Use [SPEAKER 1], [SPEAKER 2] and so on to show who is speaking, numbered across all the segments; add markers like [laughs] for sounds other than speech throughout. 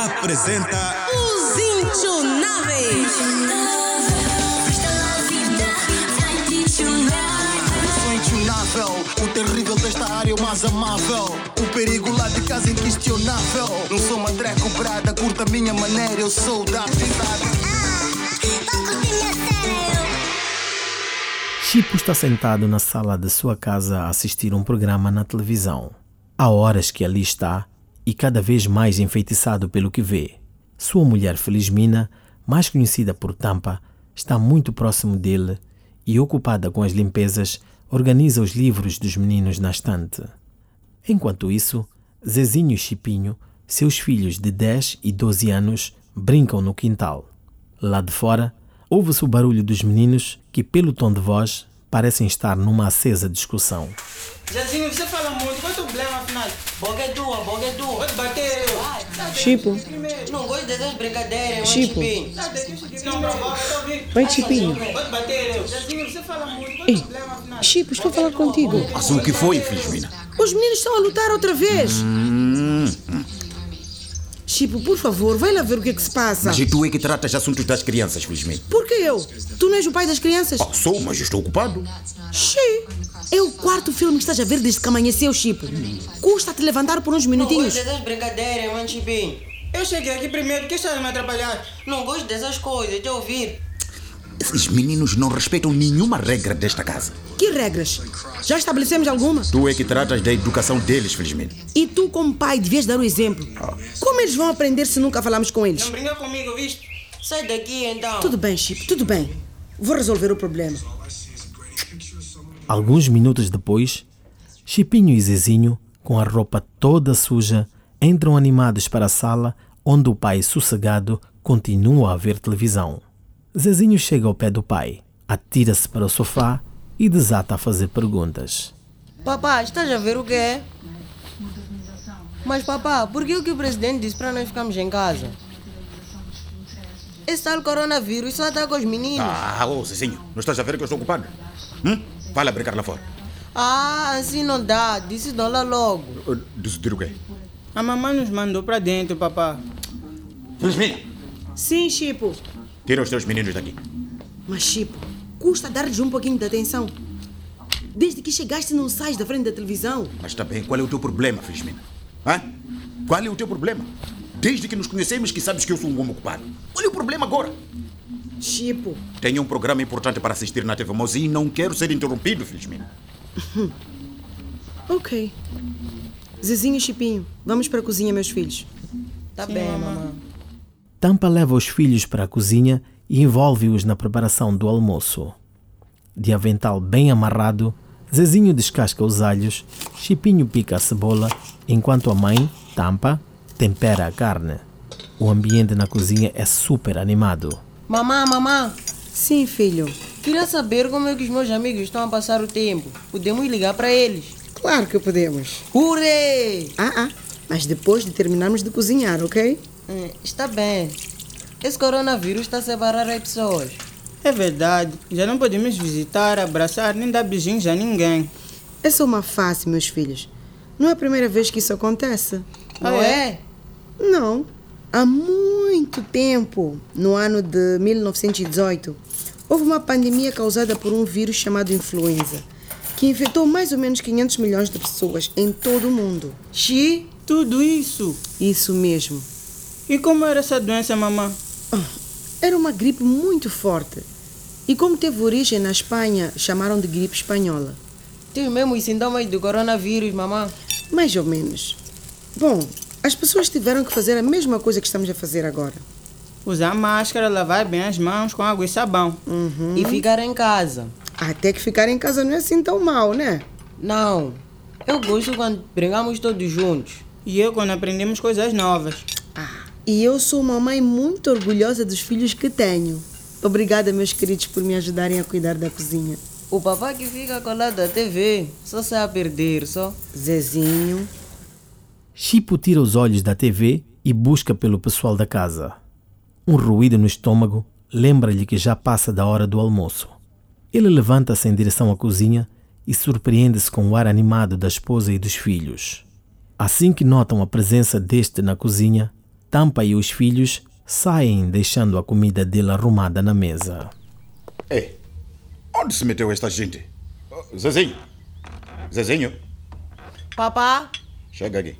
[SPEAKER 1] apresenta
[SPEAKER 2] Os Intunáveis.
[SPEAKER 3] Eu sou intunável, o terrível desta área é o mais amável. O perigo lá de casa é inquestionável. Não sou uma treco brada, curta a minha maneira, eu sou da cidade.
[SPEAKER 4] Chipo está sentado na sala de sua casa a assistir um programa na televisão. Há horas que ali está e cada vez mais enfeitiçado pelo que vê. Sua mulher Felizmina, mais conhecida por Tampa, está muito próximo dele e, ocupada com as limpezas, organiza os livros dos meninos na estante. Enquanto isso, Zezinho e Chipinho, seus filhos de 10 e 12 anos, brincam no quintal. Lá de fora, ouve-se o barulho dos meninos que, pelo tom de voz, parecem estar numa acesa discussão.
[SPEAKER 5] Jazinho, você fala muito, qual é o problema afinal? é
[SPEAKER 6] Boguetua, boguetua.
[SPEAKER 5] Pode bater eu.
[SPEAKER 7] Chipo,
[SPEAKER 6] Tipo? Não gosto dessas brincadeiras,
[SPEAKER 7] Chico.
[SPEAKER 6] Chipinho.
[SPEAKER 5] Não provoca, eu tô ouvindo.
[SPEAKER 7] vai
[SPEAKER 6] tipo,
[SPEAKER 7] Chipinho.
[SPEAKER 5] Pode bater eu. Jazinho, você fala muito, qual é
[SPEAKER 7] Ei,
[SPEAKER 5] o problema afinal?
[SPEAKER 7] Chipo, estou a falar contigo.
[SPEAKER 8] Mas o que foi, Felizmina?
[SPEAKER 2] Os meninos estão a lutar outra vez. Chipo, por favor, vai lá ver o que é que se passa.
[SPEAKER 8] Mas e tu é que tratas de assuntos das crianças, Felizmina?
[SPEAKER 2] Por que eu? Tu não és o pai das crianças?
[SPEAKER 8] Oh, sou, mas estou ocupado.
[SPEAKER 2] Xi! É o quarto filme que estás a ver desde que amanheceu, Chipo. Custa-te levantar por uns
[SPEAKER 6] Não gosto
[SPEAKER 2] minutinhos.
[SPEAKER 6] dessas brincadeiras, mano, Chipinho.
[SPEAKER 5] Eu cheguei aqui primeiro, por que estás a me atrapalhar?
[SPEAKER 6] Não gosto dessas coisas, de ouvir.
[SPEAKER 8] Esses meninos não respeitam nenhuma regra desta casa.
[SPEAKER 2] Que regras? Já estabelecemos alguma?
[SPEAKER 8] Tu é que tratas da educação deles, Felizmina.
[SPEAKER 2] E tu, como pai, devias dar o exemplo. Como eles vão aprender se nunca falamos com eles?
[SPEAKER 5] Não brinca comigo, viste?
[SPEAKER 6] Sai daqui então.
[SPEAKER 2] Tudo bem, Chipo, tudo bem. Vou resolver o problema.
[SPEAKER 4] Alguns minutos depois, Chipinho e Zezinho, com a roupa toda suja, entram animados para a sala onde o pai, sossegado, continua a ver televisão. Zezinho chega ao pé do pai, atira-se para o sofá e desata a fazer perguntas.
[SPEAKER 6] Papá, estás a ver o que é? Mas papá, por que Ah, é o que o presidente disse para nós ficarmos em casa? Esse tal coronavírus só ataca os meninos.
[SPEAKER 8] Ah, ô, Zezinho, não estás a ver que eu estou ocupado? Hum? Vai lá brincar lá fora.
[SPEAKER 6] Ah, assim não dá. Disse dólar logo.
[SPEAKER 8] Oh, Decidir o quê?
[SPEAKER 5] A mamãe nos mandou para dentro, papá.
[SPEAKER 8] Felizmina,
[SPEAKER 2] Sim, Chipo.
[SPEAKER 8] tira os teus meninos daqui.
[SPEAKER 2] Mas, Chipo, custa dar-lhes um pouquinho de atenção. Desde que chegaste, não sais da frente da televisão.
[SPEAKER 8] Mas está bem, qual é o teu problema, Felizmina? Hã? Qual é o teu problema? Desde que nos conhecemos que sabes que eu sou um homem ocupado. Qual é o problema agora?
[SPEAKER 2] Chipo,
[SPEAKER 8] Tenho um programa importante para assistir na TV Mozin e não quero ser interrompido, Felizmina.
[SPEAKER 2] ok. Zezinho e Chipinho, vamos para a cozinha, meus filhos.
[SPEAKER 6] Tá bem, mamãe.
[SPEAKER 4] Tampa leva os filhos para a cozinha e envolve-os na preparação do almoço. De avental bem amarrado, Zezinho descasca os alhos, Chipinho pica a cebola, enquanto a mãe, Tampa, tempera a carne. O ambiente na cozinha é super animado.
[SPEAKER 6] Mamá, mamá.
[SPEAKER 2] Sim, filho.
[SPEAKER 6] Queria saber como é que os meus amigos estão a passar o tempo. Podemos ligar para eles.
[SPEAKER 2] Claro que podemos.
[SPEAKER 6] Hurê!
[SPEAKER 2] Ah, ah. Mas depois de terminarmos de cozinhar, ok?
[SPEAKER 6] Hum, Está bem. Esse coronavírus está a separar as pessoas.
[SPEAKER 5] É verdade, já não podemos visitar, abraçar, nem dar beijinhos a ninguém.
[SPEAKER 2] Essa é uma face, meus filhos. Não é a primeira vez que isso acontece.
[SPEAKER 6] Não é?
[SPEAKER 2] Não. Há muito tempo, no ano de 1918, houve uma pandemia causada por um vírus chamado influenza, que infectou mais ou menos 500 milhões de pessoas em todo o mundo.
[SPEAKER 5] Xi, tudo isso.
[SPEAKER 2] Isso mesmo. Ah,
[SPEAKER 5] E como era essa doença, mamãe?
[SPEAKER 2] Era uma gripe muito forte. E como teve origem na Espanha, chamaram de gripe espanhola.
[SPEAKER 6] Tem os mesmos sintomas do coronavírus, mamá.
[SPEAKER 2] Mais ou menos. Bom, as pessoas tiveram que fazer a mesma coisa que estamos a fazer agora.
[SPEAKER 5] Usar máscara, lavar bem as mãos com água e sabão.
[SPEAKER 2] Hum.
[SPEAKER 6] E ficar em casa.
[SPEAKER 2] Até que ficar em casa não é assim tão mal, né?
[SPEAKER 6] Não. Eu gosto quando brincamos todos juntos.
[SPEAKER 5] E eu quando aprendemos coisas novas.
[SPEAKER 2] Ah, e eu sou uma mãe muito orgulhosa dos filhos que tenho. Obrigada, meus queridos, por me ajudarem a cuidar da cozinha.
[SPEAKER 6] O papá que fica colado à TV só sai a perder, só.
[SPEAKER 2] Zezinho.
[SPEAKER 4] Chipo tira os olhos da TV e busca pelo pessoal da casa. Um ruído no estômago lembra-lhe que já passa da hora do almoço. Ele levanta-se em direção à cozinha e surpreende-se com o ar animado da esposa e dos filhos. Assim que notam a presença deste na cozinha, Tampa e os filhos saem deixando a comida dele arrumada na mesa.
[SPEAKER 8] Ei, É. onde se meteu esta gente? Oh, Zezinho! Zezinho,
[SPEAKER 6] Papá?
[SPEAKER 8] chega aqui.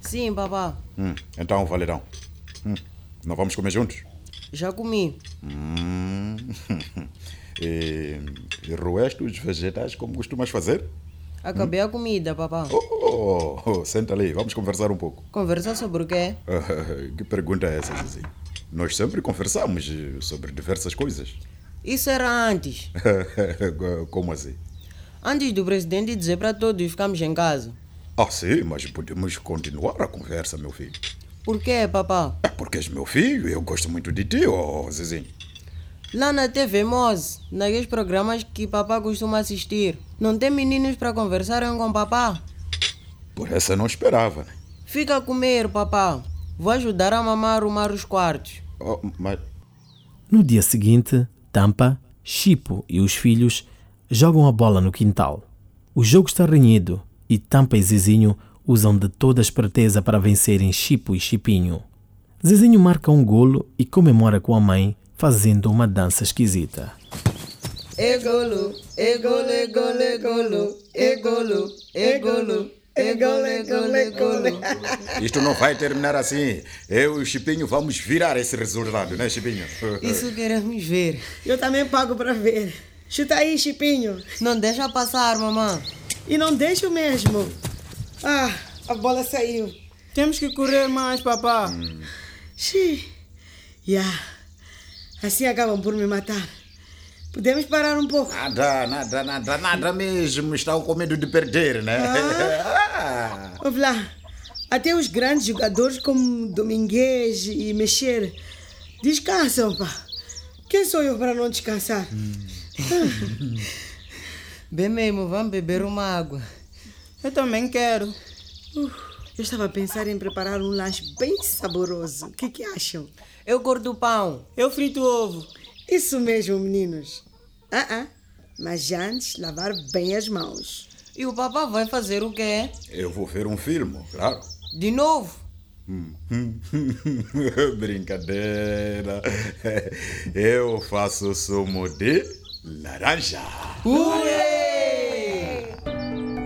[SPEAKER 6] Sim, papá.
[SPEAKER 8] Hum, então, Valerão, hum, não vamos comer juntos?
[SPEAKER 6] Já comi.
[SPEAKER 8] Hum, [laughs] e, e roeste os vegetais como costumas fazer?
[SPEAKER 6] Acabei a comida, papá.
[SPEAKER 8] Oh, oh, oh, senta ali, vamos conversar um pouco.
[SPEAKER 6] Conversar sobre o é? quê?
[SPEAKER 8] Ah, [laughs] que pergunta é essa, Zezinho? Nós sempre conversamos eh, sobre diversas coisas. [laughs]
[SPEAKER 6] Isso era antes.
[SPEAKER 8] Como assim?
[SPEAKER 6] Antes do presidente dizer para todos ficamos em casa.
[SPEAKER 8] Ah, sim, mas podemos continuar a conversa, meu filho.
[SPEAKER 6] Por quê, papá?
[SPEAKER 8] É porque és meu filho, eu gosto muito de ti, oh Zezinho.
[SPEAKER 6] Lá na TV Mose, naqueles programas que papá costuma assistir, não tem meninos para conversarem com papá?
[SPEAKER 8] Por essa não esperava, né?
[SPEAKER 6] Fica a comer, papá. Vou ajudar a mamãe a arrumar os quartos.
[SPEAKER 8] Oh, mas.
[SPEAKER 4] No dia seguinte, Tampa, Chipo e os filhos jogam a bola no quintal. O jogo está renhido e Tampa e Zizinho usam de toda a esperteza para vencerem Chipo e Chipinho. Zizinho marca um golo e comemora com a mãe, fazendo uma dança esquisita.
[SPEAKER 6] É golo, é golo, é golo, é golo, é golo, é golo, é golo, é golo, é golo.
[SPEAKER 8] Isto não vai terminar assim. Eu e o Chipinho vamos virar esse resultado, né, Chipinho?
[SPEAKER 6] Isso queremos ver.
[SPEAKER 2] Eu também pago para ver. Chuta aí, Chipinho.
[SPEAKER 6] Não deixa passar, mamãe.
[SPEAKER 2] E não deixa o mesmo. Ah, a bola saiu.
[SPEAKER 5] Temos que correr mais, papá.
[SPEAKER 2] Xi. Yeah. Assim acabam por me matar. Podemos parar um pouco.
[SPEAKER 8] Nada, nada, nada, nada mesmo. Estão com medo de perder, né? Ah.
[SPEAKER 2] Ouve lá. Até os grandes jogadores como Dominguez e Mexer descansam, pá. Quem sou eu para não descansar?
[SPEAKER 6] Bem mesmo, vamos beber uma água.
[SPEAKER 5] Eu também quero.
[SPEAKER 2] Eu estava a pensar em preparar um lanche bem saboroso. O que, que acham?
[SPEAKER 6] Eu corto o pão.
[SPEAKER 5] Eu frito ovo.
[SPEAKER 2] Isso mesmo, meninos. Ah, ah. Mas antes, lavar bem as mãos.
[SPEAKER 6] E o papá vai fazer o quê?
[SPEAKER 8] [laughs] Eu vou ver um filme, claro.
[SPEAKER 6] De novo?
[SPEAKER 8] [laughs] Brincadeira. Eu faço sumo de laranja.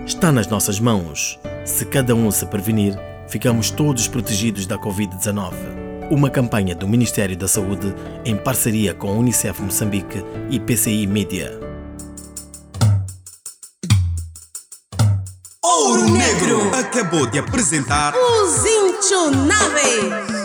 [SPEAKER 4] Está nas nossas mãos. Se cada um se prevenir, ficamos todos protegidos da Covid-19. Uma campanha do Ministério da Saúde em parceria com a Unicef Moçambique e PCI Media.
[SPEAKER 1] Ouro Negro acabou de apresentar
[SPEAKER 9] Os Intionáveis.